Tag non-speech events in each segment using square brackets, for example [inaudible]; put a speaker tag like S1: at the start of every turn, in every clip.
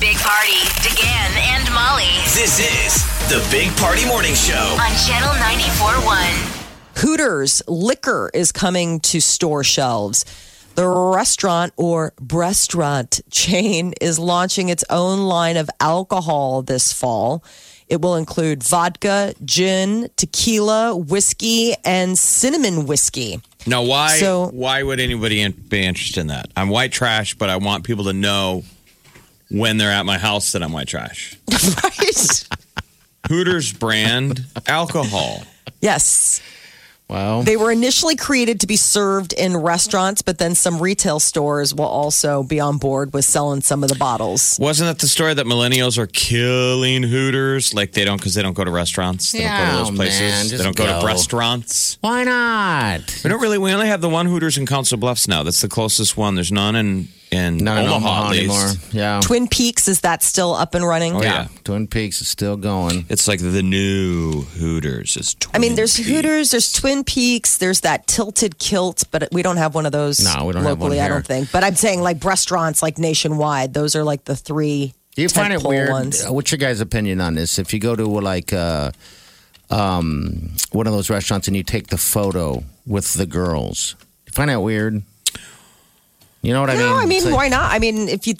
S1: Big Party, DeGan and Molly
S2: This is the Big Party Morning Show.
S1: on Channel 94.1.
S3: Hooters liquor is coming to store shelves. The restaurant or restaurant chain is launching its own line of alcohol this fall. It will include vodka, gin, tequila, whiskey, and cinnamon whiskey.
S4: Now, why
S3: So-
S4: why would anybody in, be interested in that? I'm white trash, but I want people to know when they're at my house that I'm white trash.
S3: right?
S4: Hooters
S5: [laughs]
S4: brand alcohol.
S3: [laughs] Yes.
S5: Wow.
S3: They were initially created to be served in restaurants, but then some retail stores will also be on board with selling some of the bottles.
S4: Wasn't that the story that millennials are killing Hooters? Like they don't because they don't go to restaurants. They don't go
S5: Yeah,
S4: to those places.
S5: man,
S4: they
S5: just
S4: don't go,
S5: go.
S4: to restaurants.
S5: Why not?
S4: We don't really. We only have the one Hooters in Council Bluffs now. That's the closest one. There's none in in
S5: Not in
S4: Omaha,
S5: Omaha
S4: at least.
S5: anymore. Yeah.
S3: Twin Peaks, is that still up and running?
S4: Oh, yeah.
S5: Twin Peaks is still going.
S4: It's like the new Hooters. It's
S3: I mean, there's
S4: Twin
S3: Hooters, there's Twin Peaks, there's that tilted kilt, but we don't have one of those.
S5: No, we don't have one
S3: locally. I
S5: here.
S3: don't think. But I'm saying like restaurants, like nationwide, those are like the three.
S5: Do you find it
S3: tentpole
S5: weird?
S3: Ones.
S5: uh, What's your guys' opinion on this? If you go to like uh, um, one of those restaurants and you take the photo with the girls, do you find that weird? You know what I mean?
S3: no, I mean,
S5: It's like-
S3: why not? I mean, if you,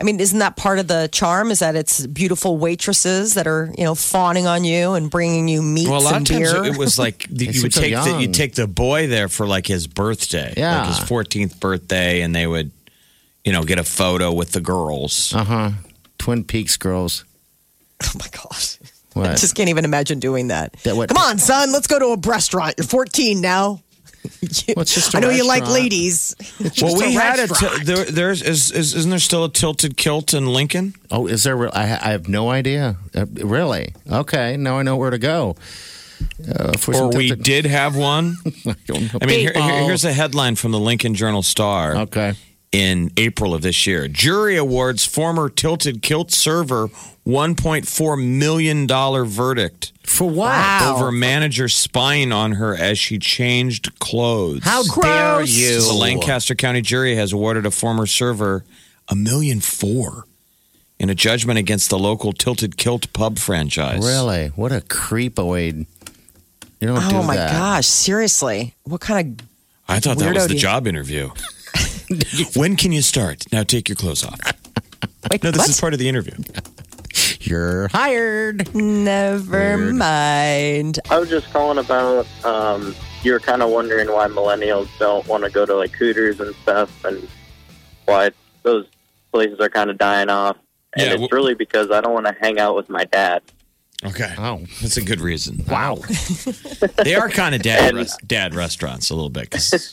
S3: I mean, isn't that part of the charm? Is that it's beautiful waitresses that are you know fawning on you and bringing you meats
S4: Well, a lot
S3: and
S4: of times
S3: beer?
S4: it was
S5: [laughs]
S4: like the, you
S5: seem
S4: would
S5: so
S4: take the, you
S5: young.
S4: take the boy there for like his birthday,
S5: Yeah.
S4: like his fourteenth birthday, and they would, you know, get a photo with the girls.
S5: Uh huh. Twin Peaks girls.
S3: [laughs] oh my gosh. [laughs] I
S5: What?
S3: just can't even imagine doing that.
S5: That what-
S3: Come on, son, let's go to a restaurant. You're 14 now. [laughs] You-
S5: Well, it's just a
S3: I know you like
S5: restaurant.
S3: ladies.
S4: well, we
S3: a
S4: had a
S3: restaurant.
S4: t- there, there's is, is isn't there still a tilted kilt in Lincoln?
S5: Oh, is there? re- I, I have no idea. Uh, really? Okay. Now I know where to go. Uh, for
S4: Or
S5: some
S4: we
S5: type of-
S4: did have one.
S5: [laughs] I don't know.
S4: I mean, here, here- here's a headline from the Lincoln Journal Star.
S5: Okay.
S4: in April of this year. Jury awards former Tilted Kilt server $1.4 million verdict.
S5: For what?
S4: Over manager spying on her as she changed clothes.
S5: How dare you?
S4: The Lancaster County jury has awarded a former server a million four in a judgment against the local Tilted Kilt pub franchise.
S5: Really? What a creepoid. You don't do
S3: Oh my
S5: that.
S3: gosh, seriously. What kind of
S4: I thought that
S3: Weirdo
S4: was the
S3: deal.
S4: job interview. [laughs] when can you start? Now take your clothes off.
S3: Wait,
S4: No, this
S3: what?
S4: is part of the interview.
S5: You're hired.
S3: Never
S5: Weird.
S3: mind.
S6: I was just calling about um, you were kind of wondering why millennials don't want to go to like Hooters and stuff, and why those places are kind of dying off. And
S4: Yeah,
S6: it's
S4: wh-
S6: really because I don't want to hang out with my dad.
S4: Okay.
S5: Oh.
S4: That's a good reason.
S5: Wow.
S4: They are kind of dad res- dad restaurants a little bit. 'cause-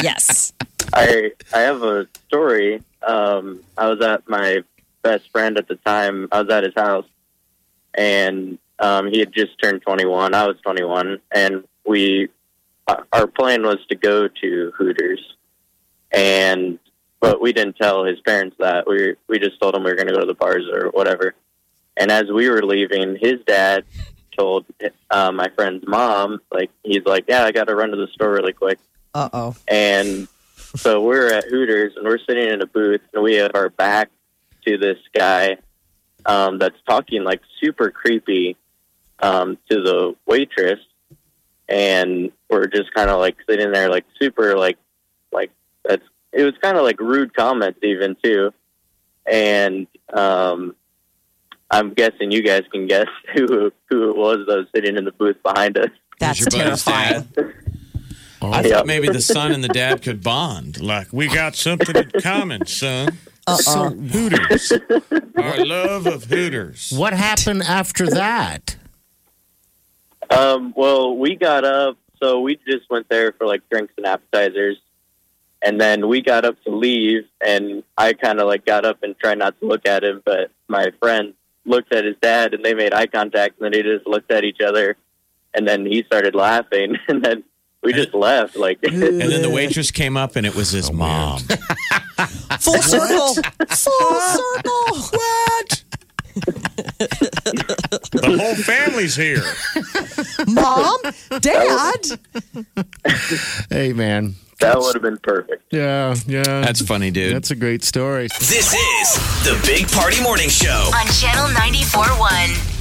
S3: Yes.
S6: I I have a story. Um, I was at my best friend at the time. I was at his house, and um, he had just turned 21. I was 21, and we our- our plan was to go to Hooters, and but we didn't tell his parents that. We we just told him we were going to go to the bars or whatever. And as we were leaving, his dad told uh, my friend's mom, like he's like, "Yeah, I got to run to the store really quick."
S3: Uh oh.
S6: And so we're at Hooters and we're sitting in a booth and we have our back to this guy um, that's talking like super creepy um, to the waitress. And we're just kind of like sitting there like super like, like that's, it was kind of like rude comments even too. And um, I'm guessing you guys can guess [laughs] who, who it was that was sitting in the booth behind us.
S3: That's
S4: your buddy's
S3: terrifying.
S4: I thought maybe the son and the dad could bond. Like we got something in common, son.
S3: Uh-uh.
S4: Hooters, our love of Hooters.
S5: what happened after that?
S6: Um, well, we got up, so we just went there for like drinks and appetizers, And then we got up to leave, and I kind of like got up and tried not to look at him, but my friend looked at his dad, and they made eye contact, and then they just looked at each other, and then he started laughing, [laughs] and then we just left. Like, [laughs]
S4: And then the waitress came up and it was his mom.
S5: [laughs]
S3: Full circle. Full circle. What?
S4: the whole
S3: [laughs]
S4: family's here.
S3: Mom? Dad?
S5: Hey, man.
S6: that would have been perfect.
S5: Yeah, yeah.
S4: That's funny, dude.
S5: That's a great story.
S2: This is the Big Party Morning Show.
S1: on Channel 94.1.